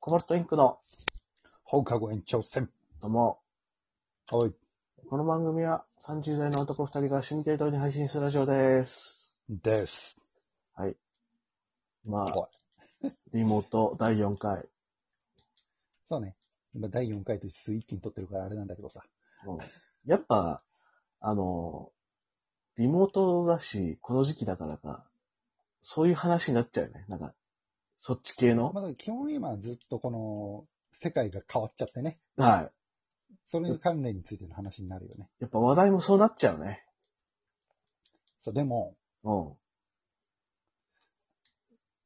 コバルトインクの、放課後延長戦。どうも、はい。この番組は30代の男2人が趣味程度に配信するラジオです。です。まはあ、 リモート第4回。そうね。今、第4回と一一気に撮ってるからあれなんだけどさ。うんやっぱ、あの、リモートだし、この時期だからか、そういう話になっちゃうよね。なんか、そっち系の。まだ基本今ずっとこの、世界が変わっちゃってね。はい。それに関連についての話になるよね。やっぱ話題もそうなっちゃうね。そう、でも、うん。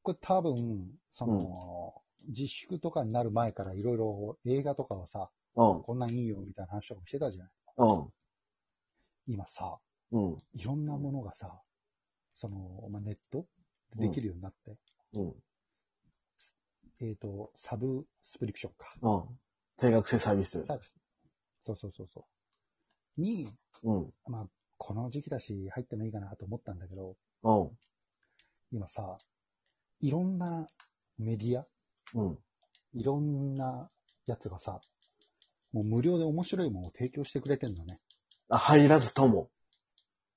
これ多分、その、自粛とかになる前からいろいろ映画とかはさ、うん。こんなんいいよみたいな話とかもしてたじゃない。うん。今さ、うん。いろんなものがさ、その、まあ、ネットでできるようになって、うん。えっ、と、サブスプリクションか。うん。定額制サービス。サービスそうそうそうそう。に、うん。まあ、この時期だし、入ってもいいかなと思ったんだけど、うん。今さ、いろんなメディア、うん。いろんなやつがさ、もう無料で面白いものを提供してくれてんのね。あ、入らずとも。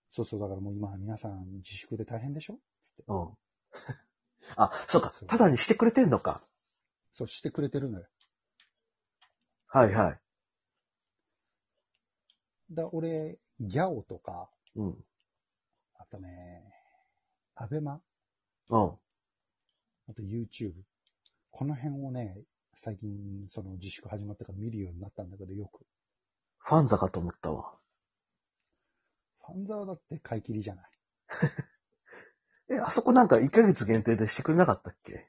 そうそう、だからもう今皆さん自粛で大変でしょうん。あ、そうか。ただにしてくれてんのか。そうしてくれてるのよ。はいはい。だ俺、ギャオとか、うん。あとね、アベマ、うん。あと YouTube。この辺をね、最近、その自粛始まってから見るようになったんだけど、よく。ファンザかと思ったわ。ファンザーだって買い切りじゃない。え、あそこなんか1ヶ月限定でしてくれなかったっけ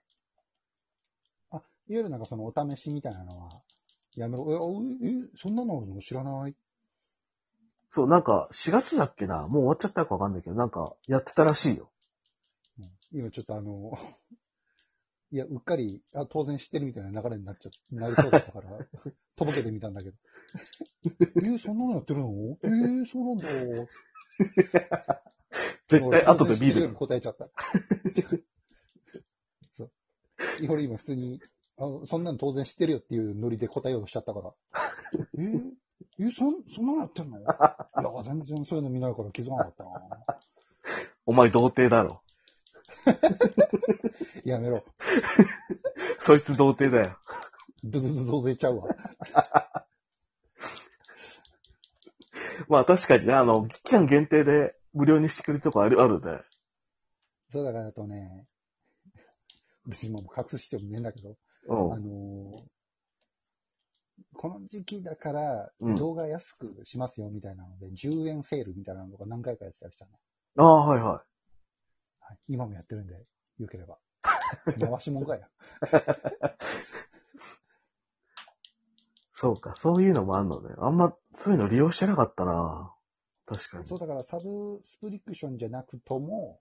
あ、いわゆるなんかそのお試しみたいなのは、やめろ。えあう、え、そんなのあるの知らない。そう、なんか4月だっけな。もう終わっちゃったかわかんないけど、なんかやってたらしいよ。うん今ちょっとあの、 いや、うっかり、あ、当然知ってるみたいな流れになっちゃ、なりそうだったから、とぼけてみたんだけど。えそんなのやってるのえそうなんだ。絶対後でビビール。答えちゃった。そう。俺今普通に、あそんなの当然知ってるよっていうノリで答えようとしちゃったから。えー、えそん、そんなのやってんのいや、全然そういうの見ないから気づかなかったな。 お前童貞だろ。やめろ。そいつ童貞だよ。ドゥドゥドゥドゥ出ちゃうわ。まあ確かにね、あの、期間限定で無料にしてくれるとこある、あるね。そうだからあとね、別にもう隠す必要もねえんだけど、うあん。のーこの時期だからうん動画安くしますよみたいなので、10円セールみたいなのが何回かやってたりしたの。ああ、はいははい、今もやってるんで、よければ。 回しもんかや。い。そうか、そういうのもあんのね。あんま、そういうの利用してなかったな。確かにそ。うだからサブスプリクションじゃなくとも、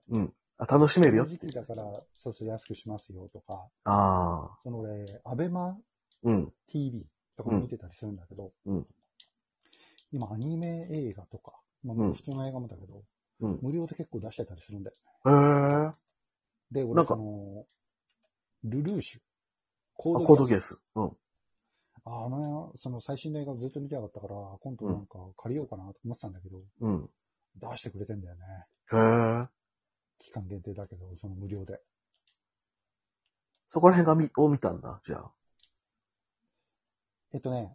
あ、楽しめるこよの。時期だから、そうそう安くしますよとか、ああ。その俺、アベマうん。 TV とかも見てたりするんだけど、うん今アニメ映画とか、まうんあ、普通の映画もだけど、うん。無料で結構出してたりするんだよ。へえ。で、な俺、んかその、ルルーシュ。あココードドギケース。うん。アああの、その最新の映画ずっと見てなかったから、今度なんか借りようかなと思ってたんだけど、うん。出してくれてんだよね。へえ。期間限定だけど、その無料で。そこら辺がみ、を見たんだ、じゃあ。えっとね、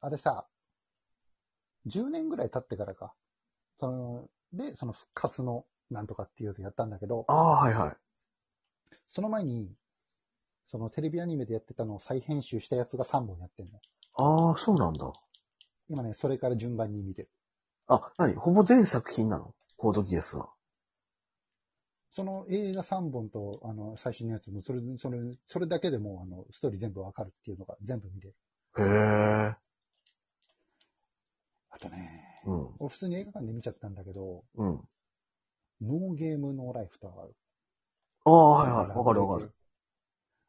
あれさ、10年ぐらい経ってからか。その、で、その復活のなんとかっていうやつやったんだけど、ああ、はいはい。その前に、そのテレビアニメでやってたのを再編集したやつが3本やってんの。ああ、そうなんだ。今ね、それから順番に見てる。あ、なにほぼ全作品なのコードギアスは。その映画3本と、あの、最新のやつも、それ、それ、それだけでもう、あの、ストーリー全部わかるっていうのが全部見てる。へえ。あとね、うん。俺普通に映画館で見ちゃったんだけど、うん。ノーゲームノーライフとかある。ああ、はいはい。わかるわかる。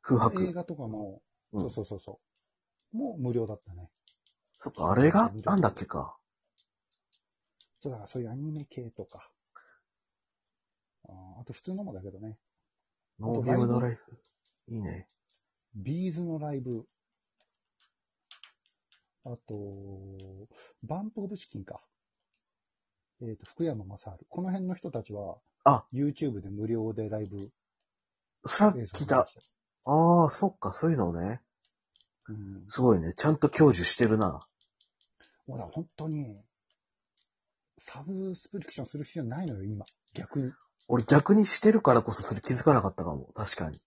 空映白。画とかも、うんそうそうそうそう。もう無料だったね。そっか、あれが、なんだっけか。そうだからそういうアニメ系とか。あーあと普通のもだけどね。ノーゲームのライフ。いいね。ビーズのライブ。あと、バンプオブチキンか。えっ、と、福山雅治。この辺の人たちは、あ YouTube で無料でライブ映それは像聞をい流た。してああ、そっか、そういうのね。る。うん。すごいね。ちゃんと享受してるな。ほら、本当に、サブスプリクションする必要ないのよ、今。逆に。俺逆にしてるからこそそれ気づかなかったかも。確かに。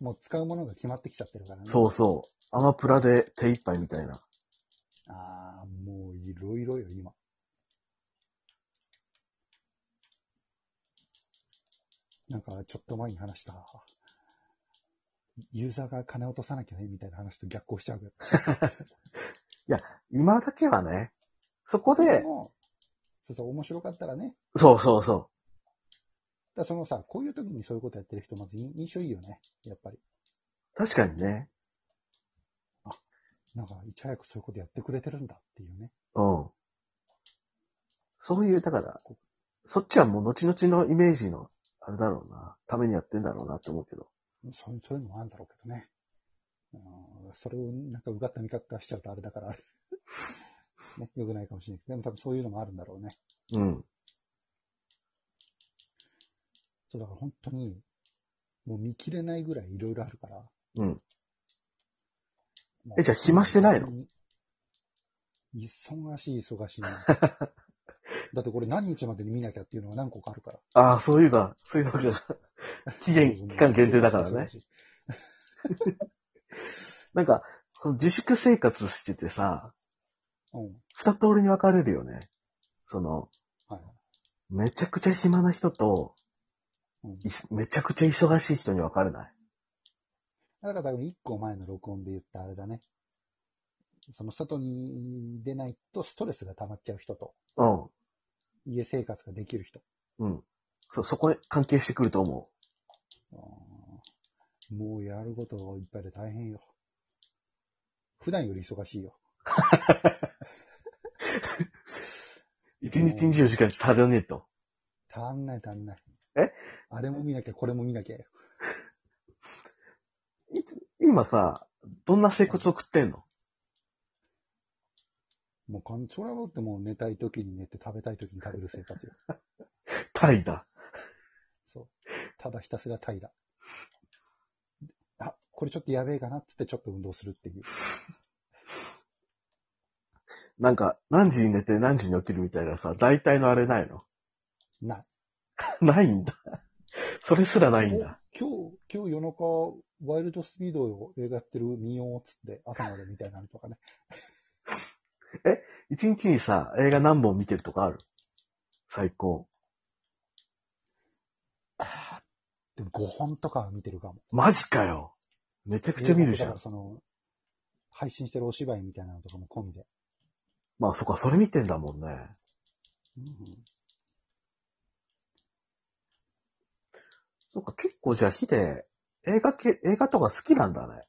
もう使うものが決まってきちゃってるからね。そうそう。アマプラで手一杯みたいな。ああ、もういろいろよ、今。なんか、ちょっと前に話した、ユーザーが金落とさなきゃね、みたいな話と逆行しちゃうけど。今だけはね。そこで、もそうそう、面白かったらね。そうそうそだからそのさ、こういう時にそういうことやってる人、まずい印象いいよね、やっぱり。う。確かにね。なんか、いち早くそういうことやってくれてるんだっていうね。うん。そういう、だから、そっちはもう後々のイメージの、あれだろうな、ためにやってんだろうなって思うけど。そうそういうのもあるんだろうけどね。うんそれをなんかうがった見方しちゃうとあれだから、 あれ。ね、良くないかもしれないけど、でも多分そういうのもあるんだろうね。うん。そうだから本当に、もう見切れないぐらいいろいろあるから。うん。もえじゃあ暇してないの本当に忙しい、忙しいな。だってこれ何日までに見なきゃっていうのが何個かあるから。ああ、そういうが、そういうのが、 期限、期間限定だからね。なんか、その自粛生活しててさ、うん。二通りに分かれるよね。その、はい。めちゃくちゃ暇な人と、うんいすめちゃくちゃ忙しい人に分かれない。だから多分一個前の録音で言ったあれだね。その外に出ないとストレスが溜まっちゃう人と、うん。家生活ができる人。うん。そう、そこへ関係してくると思あーもうやることがいっぱいで大変よ。普段より忙しいよ。う。一日に24時間足らねえと。足んない足んない。えあれも見なきゃ、これも見なきゃよ。今さ、どんな生活を送ってんのもうかん、それはだってもう寝たい時に寝て食べたい時に食べる生活よ。タイだ。そう。ただひたすら怠惰。あ、これちょっとやべえかなってってちょっと運動するっていう。なんか、何時に寝て何時に起きるみたいなさ、大体のあれないの ない。ないんだ。それすらないんだ。お今日、今日夜中、ワイルドスピードを映画やってる見ようっつって、朝までみたいなのとかね。 一日にさ、映画何本見てるとかある最高。でも5本とかは見てるかも。マジかよ。めちゃくちゃ見るじゃ映画とかだかんら。その、配信してるお芝居みたいなのとかも込みで。まあそっか、それ見てんだもんね。そっか、結構じゃあ、ヒデ、映画系、映画とか好きなんだね。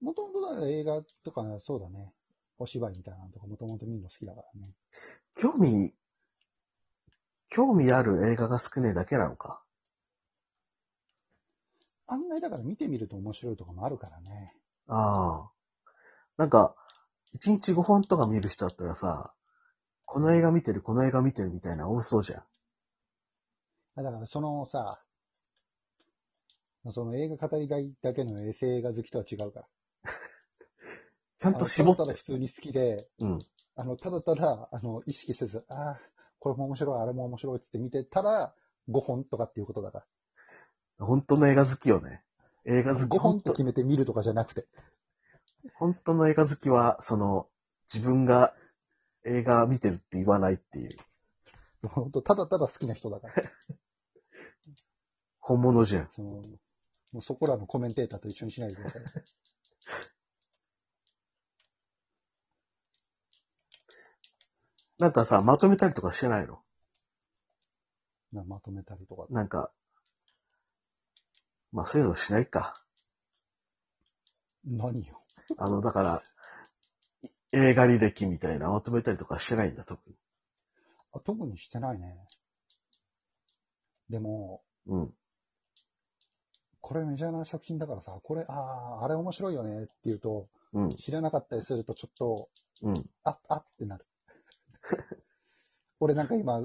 もともとだから映画とか、そうだね。お芝居みたいなのとか、もともと見るの好きだからね。興味、興味ある映画が少ねえだけなのか。案外だから見てみると面白いとかもあるからね。ああ。なんか、一日5本とか見る人だったらさ、この映画見てる、この映画見てるみたいな多そうじゃん。だからそのさ、その映画語りがいだけのエセ映画好きとは違うから。ちゃんと絞っあのただただて。普通に好きで、うん。あの、ただただ、あの、意識せず、ああ、これも面白い、あれも面白いっつって見てたら、5本とかっていうことだか本当の映画好きよね。映画ら。好き。 5本と本当決めて見るとかじゃなくて。本当の映画好きは、その、自分が映画見てるって言わないっていう。本当ただただ好きな人 だから。本物じゃん。その、もうそこらのコメンテーターと一緒にしないでください。なんかさ、まとめたりとかしてないのなまとめたりとか。なんか、まあそういうのしないか。何よ。あの、だから、映画履歴みたいなまとめたりとかしてないんだ、特に。あ特にしてないね。でも、うん。ここれメジャーな作品だからさ、これ、ああ、あれ面白いよねって言うと、うん。知らなかったりするとちょっと、うん。あ、あってなる。俺なんか今、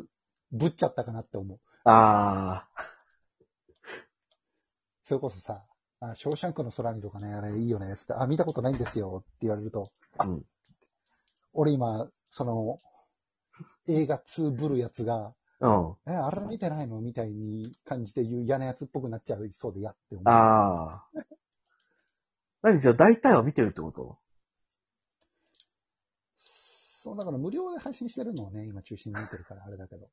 ぶっちゃったかなって思う。ああ、それこそさ、あ、ショーシャンクの空にとかね、あれいいよね、つって、あ、見たことないんですよって言われると、あうん俺今、その、映画2ぶるやつが、うん。え、あれ見てないのみたいに感じて言う嫌なやつっぽくなっちゃいそうで嫌って思う。ああ。何じゃあ大体は見てるってことそう、だから無料で配信してるのをね、今中心に見てるから、あれだけど。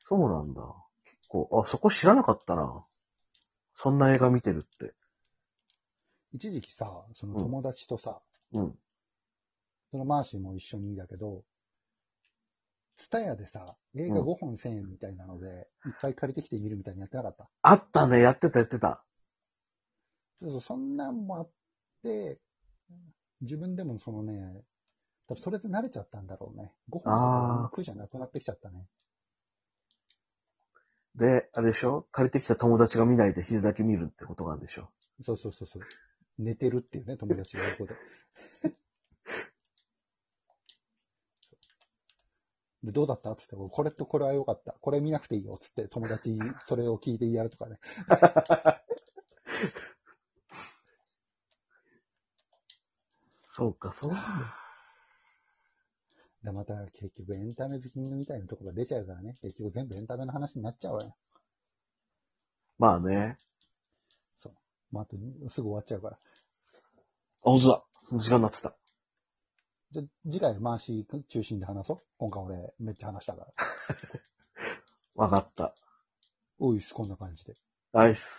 そうなんだ。こう、あ、そこ知らなかったな。そんな映画見てるって。一時期さ、その友達とさ、うん。そのマーシーも一緒にだけど、ツタヤでさ、映画5本1000円みたいなので、いっぱい借りてきて見るみたいにやってなかったあったね、やってたやってた。そうそう、そんなんもあって、自分でもそのね、多分それで慣れちゃったんだろうね。ご飯とあかー苦じゃなくなってきちゃったね。で、あれでしょ借りてきた友達が見ないで昼だけ見るってことなんでしょそうそうそうそう。寝てるっていうね、友達が横で。 で、どうだったっつって、これとこれは良かった。これ見なくていいよ。つって、友達にそれを聞いてやるとかね。そうか、そうなんだ。で、また結局エンタメ好きみたいなところが出ちゃうからね。結局全部エンタメの話になっちゃうわよ。まあね。まあ、あと、すぐ終わっちゃうから。あ、ほんとだ。その時間になってた。じゃ、次回、回し中心で話そう。今回俺、めっちゃ話したから。わかった。おいっす、こんな感じで。ナイス。